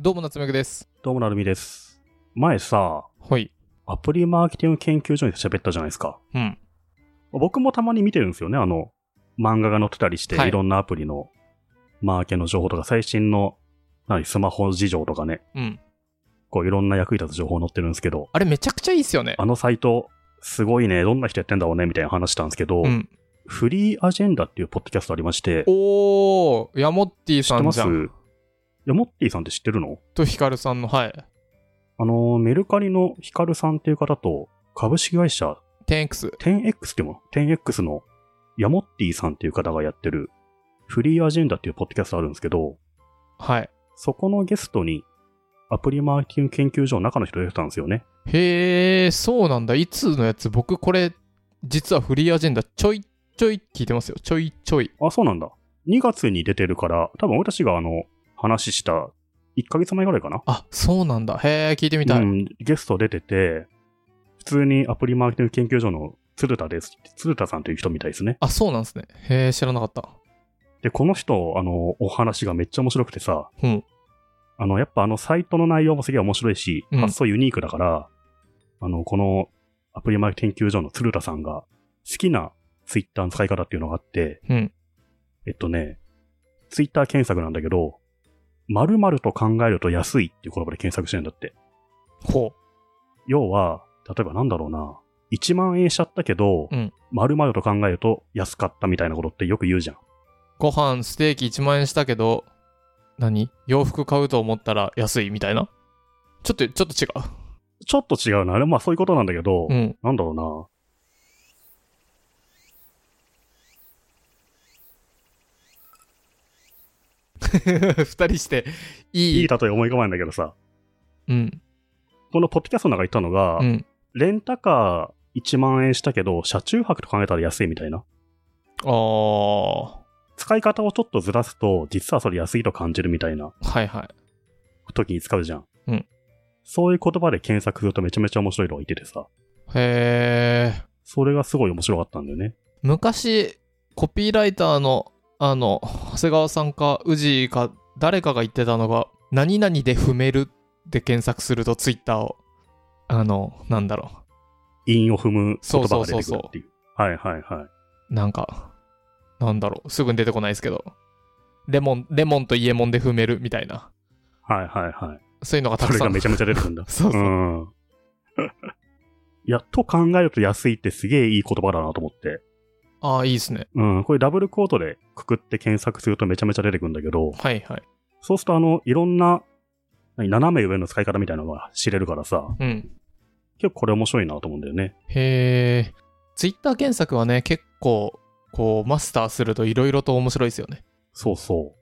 どうも、夏目くです。どうもなるみです。前さ、はい。アプリマーケティング研究所に喋ったじゃないですか。うん。僕もたまに見てるんですよね、あの、漫画が載ってたりして、はいい、ろんなアプリのマーケの情報とか、最新の、何、スマホ事情とかね、うん。こういろんな役に立つ情報載ってるんですけど、あれ、めちゃくちゃいいっすよね。あのサイト、すごいね、どんな人やってんだろうね、みたいな話したんですけど、うん。フリーアジェンダっていうポッドキャストありまして、おー、ヤモッティ知っさてんまじすゃん。いや、モッティさんって知ってるのとヒカルさんの、はい。あの、メルカリのヒカルさんっていう方と、株式会社 10X。 10X っても、10X のヤモッティさんっていう方がやってるフリーアジェンダっていうポッドキャストあるんですけど、はい。そこのゲストにアプリマーケティング研究所の中の人出てたんですよね。へー、そうなんだ。いつのやつ、僕、これ、実はフリーアジェンダ、ちょいちょい聞いてますよ。ちょいちょい。あ、そうなんだ。2月に出てるから、多分俺たちがあの、話した1ヶ月前ぐらいかな。あ、そうなんだ。へー、聞いてみたい。うん、ゲスト出てて、普通にアプリマーケティング研究所の鶴田です。鶴田さんという人みたいですね。あ、そうなんですね。へー、知らなかった。で、この人、あの、お話がめっちゃ面白くてさ、うんあの、やっぱあの、サイトの内容もすげえ面白いし、うん発想ユニークだから、あの、このアプリマーケ研究所の鶴田さんが、好きなツイッターの使い方っていうのがあって、うん。えっとね、ツイッター検索なんだけど、〇〇と考えると安いっていう言葉で検索してるんだって。ほ要は、例えばなんだろうな、1万円しちゃったけど、うん〇〇と考えると安かったみたいなことってよく言うじゃん。う。ご飯、ステーキ1万円したけど、何洋服買うと思ったら安いみたいなちょっと、ちょっと違う。ちょっと違うな。あれ、まあそういうことなんだけど、うん。なんだろうな。 二人して、いい。いい例え思い浮かばないんだけどさ、うん。このポッドキャストの中に言ったのが、うん。レンタカー1万円したけど、車中泊と考えたら安いみたいな。ああ。は使い方をちょっとずらすと、実はそれ安いと感じるみたいないはい。時に使うじゃん。うんそういう言葉で検索するとめちゃめちゃ面白いのがいててさ、へえ。それがすごい面白かったんだよね。昔、コピーライターの、あの、長谷川さんか、宇治か、誰かが言ってたのが、何々で踏めるで検索すると、ツイッターを、あの、なんだろ韻を踏む言葉が出てくそうそうそうるそうっていう。はいはいはう。なんか、なんだろう。すぐに出てこないですけど。レモン、レモンとイエモンで踏めるみたいな。い。はいはいはい。そういうのがたそくれさがん。。めちゃめちゃ出てくるんだそうそう。うん。 いや、と考えると安いってすげえいい言葉だなと思って。ああ、いいですね。うん、これダブルコートでくくって検索するとめちゃめちゃ出てくるんだけど、はいはい。そうするとあの、いろんな、何斜め上の使い方みたいなのが知れるからさ、うん。結構これ面白いなと思うんだよね。へえ。ツイッター検索はね、結構、こう、マスターするといろいろと面白いですよね。そうそう。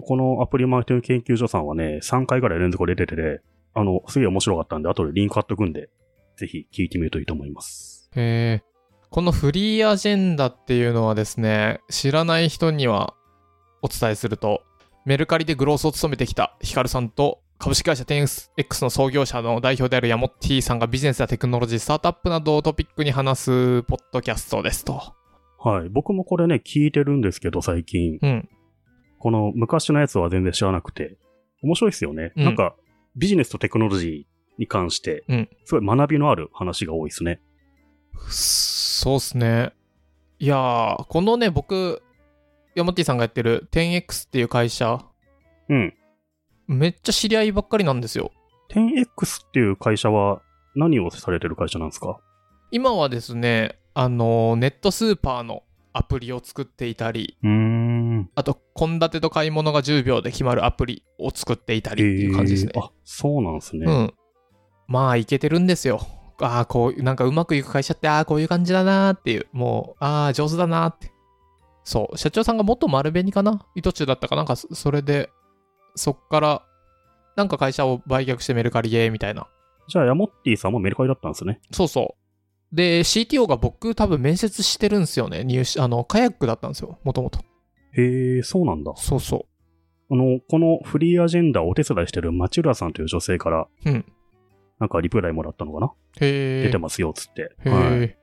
このアプリマーケティング研究所さんはね、3回ぐらい連続で出てて、あの、すげえ面白かったんで、後でリンク貼っとくんで、ぜひ聞いてみるといいと思います。へえ。このフリーアジェンダっていうのはですね、知らない人にはお伝えすると、メルカリでグロースを務めてきたヒカルさんと、株式会社 10X の創業者の代表であるヤモッティさんがビジネスやテクノロジー、スタートアップなどをトピックに話すポッドキャストですと。はい。僕もこれね、聞いてるんですけど、最近。うん。この昔のやつは全然知らなくて、面白いですよね。うんなんか、ビジネスとテクノロジーに関してうん、すごい学びのある話が多いですね。そうっすね。いやー、このね、僕、ヤモッティさんがやってる 10X っていう会社、うん。めっちゃ知り合いばっかりなんですよ。 10X っていう会社は何をされてる会社なんですか今はですね、あの、ネットスーパーのアプリを作っていたり、うーん。あと、献立と買い物が10秒で決まるアプリを作っていたりっていう感じですねえー。あ、そうなんですね。うん。まあ、いけてるんですよ。ああ、こう、なんかうまくいく会社って、ああ、こういう感じだなーっていう、もう、ああ、上手だなーって。そう、社長さんが元丸紅かな糸中だったかなんか、そそれで、そっから、なんか会社を売却してメルカリへ、みたいな。じゃあ、ヤモッティさんもメルカリだったんですね。そうそう。で、CTO が僕多分面接してるんですよね。入試、あの、カヤックだったんですよ、もともと。へえ、そうなんだ。そうそあの、このフリーアジェンダーをお手伝いしてる町浦さんという女性から、う。うん。なんかリプライもらったのかな、へえ。出てますよ、つって。へえ、はい。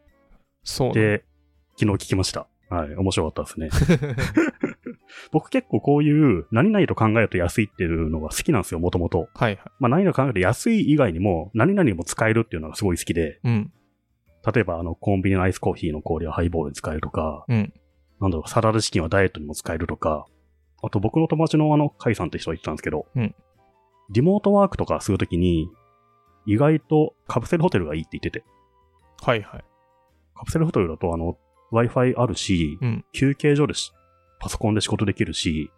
そうね。で、昨日聞きました。はい。面白かったですね。僕結構こういう、何々と考えると安いっていうのが好きなんですよ、もともと。 はいはい。まあ、何々考えると安い以外にも、何々も使えるっていうのがすごい好きで、うん。例えば、あの、コンビニのアイスコーヒーの氷はハイボールに使えるとか、うん。なんだろう、サラダチキンはダイエットにも使えるとか、あと僕の友達のあの、カイさんって人が言ってたんですけど、うんリモートワークとかするときに、意外とカプセルホテルがいいって言ってて、はいはい。カプセルホテルだとあの、Wi-Fi あるし、うん休憩所でし、パソコンで仕事できるし、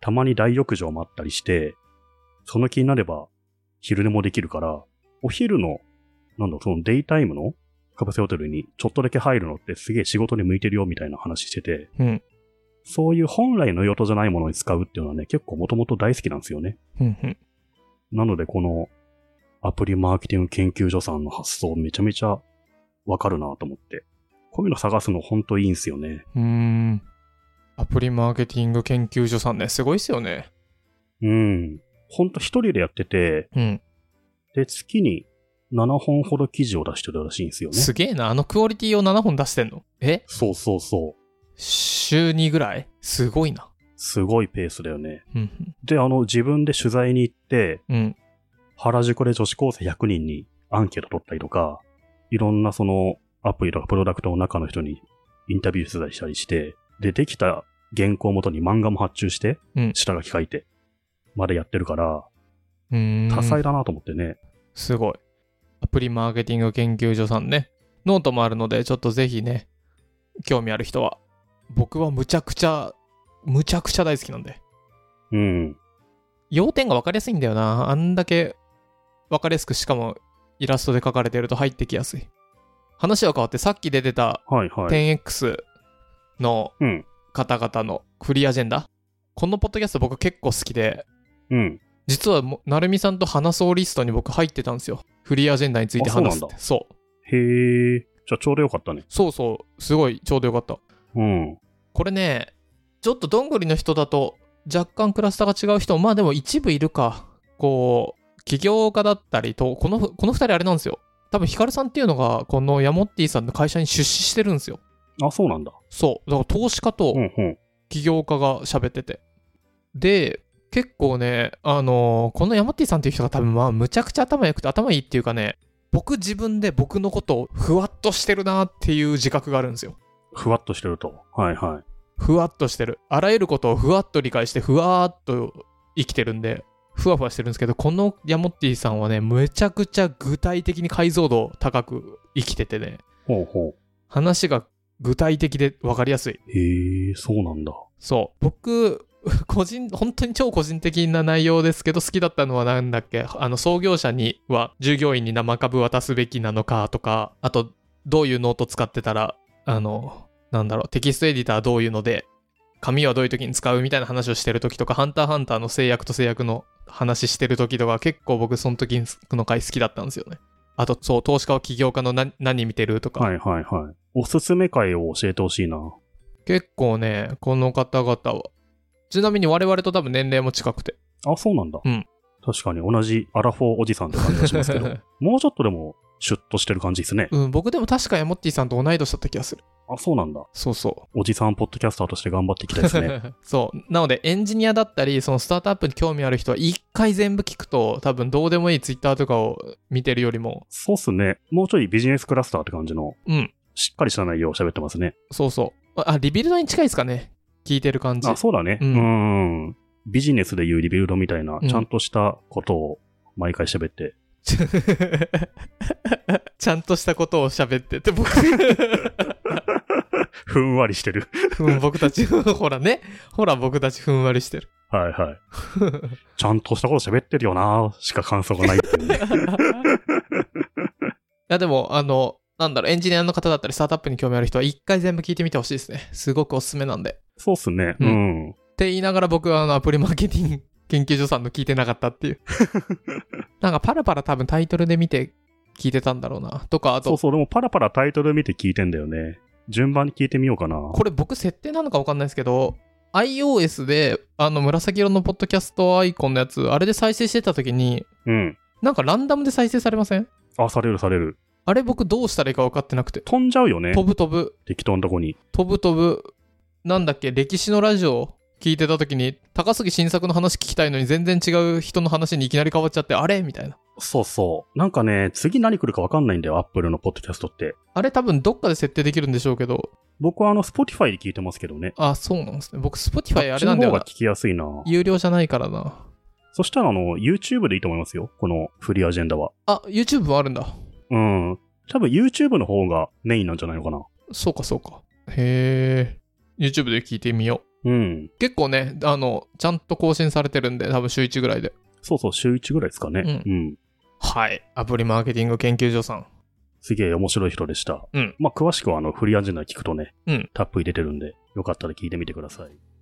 たまに大浴場もあったりして、その気になれば、昼寝もできるから、お昼の、なんだろう、そのデイタイムのカプセルホテルにちょっとだけ入るのってすげえ仕事に向いてるよみたいな話してて、うん。そういう本来の用途じゃないものに使うっていうのはね、結構もともと大好きなんですよね。うんうん。なので、このアプリマーケティング研究所さんの発想めちゃめちゃわかるなと思って。こういうの探すのほんといいんすよね。うーん。アプリマーケティング研究所さんね、すごいっすよね。うん。ほんと一人でやってて、うん。で、月に7本ほど記事を出してるらしいんですよね。すげえな、あのクオリティを7本出してんの。えそうそうそう。週2ぐらいすごいな。すごいペースだよね。うんで、あの、自分で取材に行って、うん。うん。原宿で女子高生100人にアンケート取ったりとか、いろんなそのアプリとかプロダクトの中の人にインタビュー取材したりして、で、できた原稿をもとに漫画も発注して、うん下書き書いて、までやってるから、うーん多彩だなと思ってね。すごい。アプリマーケティング研究所さんね。ノートもあるので、ちょっとぜひね、興味ある人は。僕はむちゃくちゃ、むちゃくちゃ大好きなんで。うん。要点が分かりやすいんだよな。あんだけ分かりやすく、しかもイラストで描かれてると入ってきやすい。話は変わって、さっき出てたはいはい。 10X のうん。方々のフリーアジェンダ。このポッドキャスト僕結構好きで、うん。実はもうなるみさんと話そうリストに僕入ってたんですよ。フリーアジェンダについて話すって。あそう。へえ。じゃあちょうどよかったね。そうそう、すごいちょうどよかった。うん。これね、ちょっとどんぐりの人だと若干クラスターが違う人も、まあでも一部いるか。こう、起業家だったりと、このこの2人あれなんですよ。多分ヒカルさんっていうのが、このヤモッティさんの会社に出資してるんですよ。あ、そうなんだ。そう。だから投資家とうんうん。起業家が喋ってて。で、結構ね、あのーこのヤマッティさんっていう人が多分まあ、むちゃくちゃ頭良くて頭いいっていうかね、僕自分で僕のことをふわっとしてるなっていう自覚があるんですよ。ふわっとしてると。はいはい。ふわっとしてる。あらゆることをふわっと理解して、ふわーっと生きてるんで、ふわふわしてるんですけど、このヤモッティさんはね、めちゃくちゃ具体的に解像度高く生きててね、ほうほ話が具体的で分かりやすい。う。へえ、そうなんだ。そう。僕、 個人、本当に超個人的な内容ですけど、好きだったのはなんだっけ、あの、創業者には従業員に生株渡すべきなのかとか、あと、どういうノート使ってたら、あの、なんだろう、テキストエディターはどういうので、紙はどういう時に使うみたいな話をしてる時とか、ハンターハンターの制約と制約の話してる時とか、結構僕その時の回好きだったんですよね。あと、そう、投資家は起業家の何何見てるとか、はいはいはい。おすすめ会を教えてほしいな。結構ね、この方々は、ちなみに我々と多分年齢も近くて、あ、そうなんだ。うん確かに同じアラフォーおじさんって感じがしますけど、 もうちょっとでもシュッとしてる感じですね。うん、僕でも確かヤモッティさんと同い年だった気がする。あ、そうなんだ。そうそおじさんポッドキャスターとして頑張っていきたいですう。 ね。そう。なので、エンジニアだったり、そのスタートアップに興味ある人は、一回全部聞くと、多分どうでもいいツイッターとかを見てるよりも、そうっすね。もうちょいビジネスクラスターって感じの、うん、しっかりした内容を喋ってますね。そうそう。あ、リビルドに近いですかね。聞いてる感じあ、。そうだね。ううんん。んビジネスでいうリビルドみたいな、うんちゃんとしたことを毎回喋って。 ちゃんとしたことを喋ってて、 僕、ふんわりしてる。 うん僕たち、ほらね、ほら僕たちふんわりしてる。はいはい。ちゃんとしたこと喋ってるよなしか感想がないって いうね。いやでもあのなんだろうエンジニアの方だったりスタートアップに興味ある人は一回全部聞いてみてほしいですねすごくおすすめなんでそうっすね。ううん。って言いながら僕はあのアプリマーケティング 研究所さんの聞いてなかった っていうなんかパラパラ多分タイトルで見て聞いてたんだろうなとかあそうとそう、でもパラパラタイトル見て聞いてんだよね。順番に聞いてみようかな。これ僕設定なのか分かんないですけど iOS であの紫色のポッドキャストアイコンのやつあれで再生してた時にうん。なんかランダムで再生されませんあ、されるされる。あれ僕どうしたらいいか分かってなくて飛んじゃうよね飛。ぶ飛ぶ適当なとこに。飛ぶ飛ぶなんだっけ歴史のラジオ聞いてた時に、高杉晋作の話聞きたいのに全然違う人の話にいきなり変わっちゃって、あれみたいな。そうそう。なんかね、次何来るかわかんないんだよ、アップルのポッドキャストって。あれ多分どっかで設定できるんでしょうけど、僕はあの、Spotify で聞いてますけどね。あ、そうなんですね。僕、Spotify こあっれちなのんだよ方がな聞。きやすいな。有料じゃないからな。そしたらあの、YouTube でいいと思いますよ。このフリーアジェンダは。あ、YouTube もあるんだ。うん。多分 YouTube の方がメインなんじゃないのかな。そうか、そうか。へえ。YouTube で聞いてみようんう。。結構ね、あの、ちゃんと更新されてるんで、多分週1ぐらいで。そうそう、週1ぐらいですかね。ううん。はい。アプリマーケティング研究所さん。すげえ面白い人でした。うんまあ、詳しくはあの、フリーアジェンダ聞くとね、うんたっぷり出てるんで、よかったら聞いてみてください。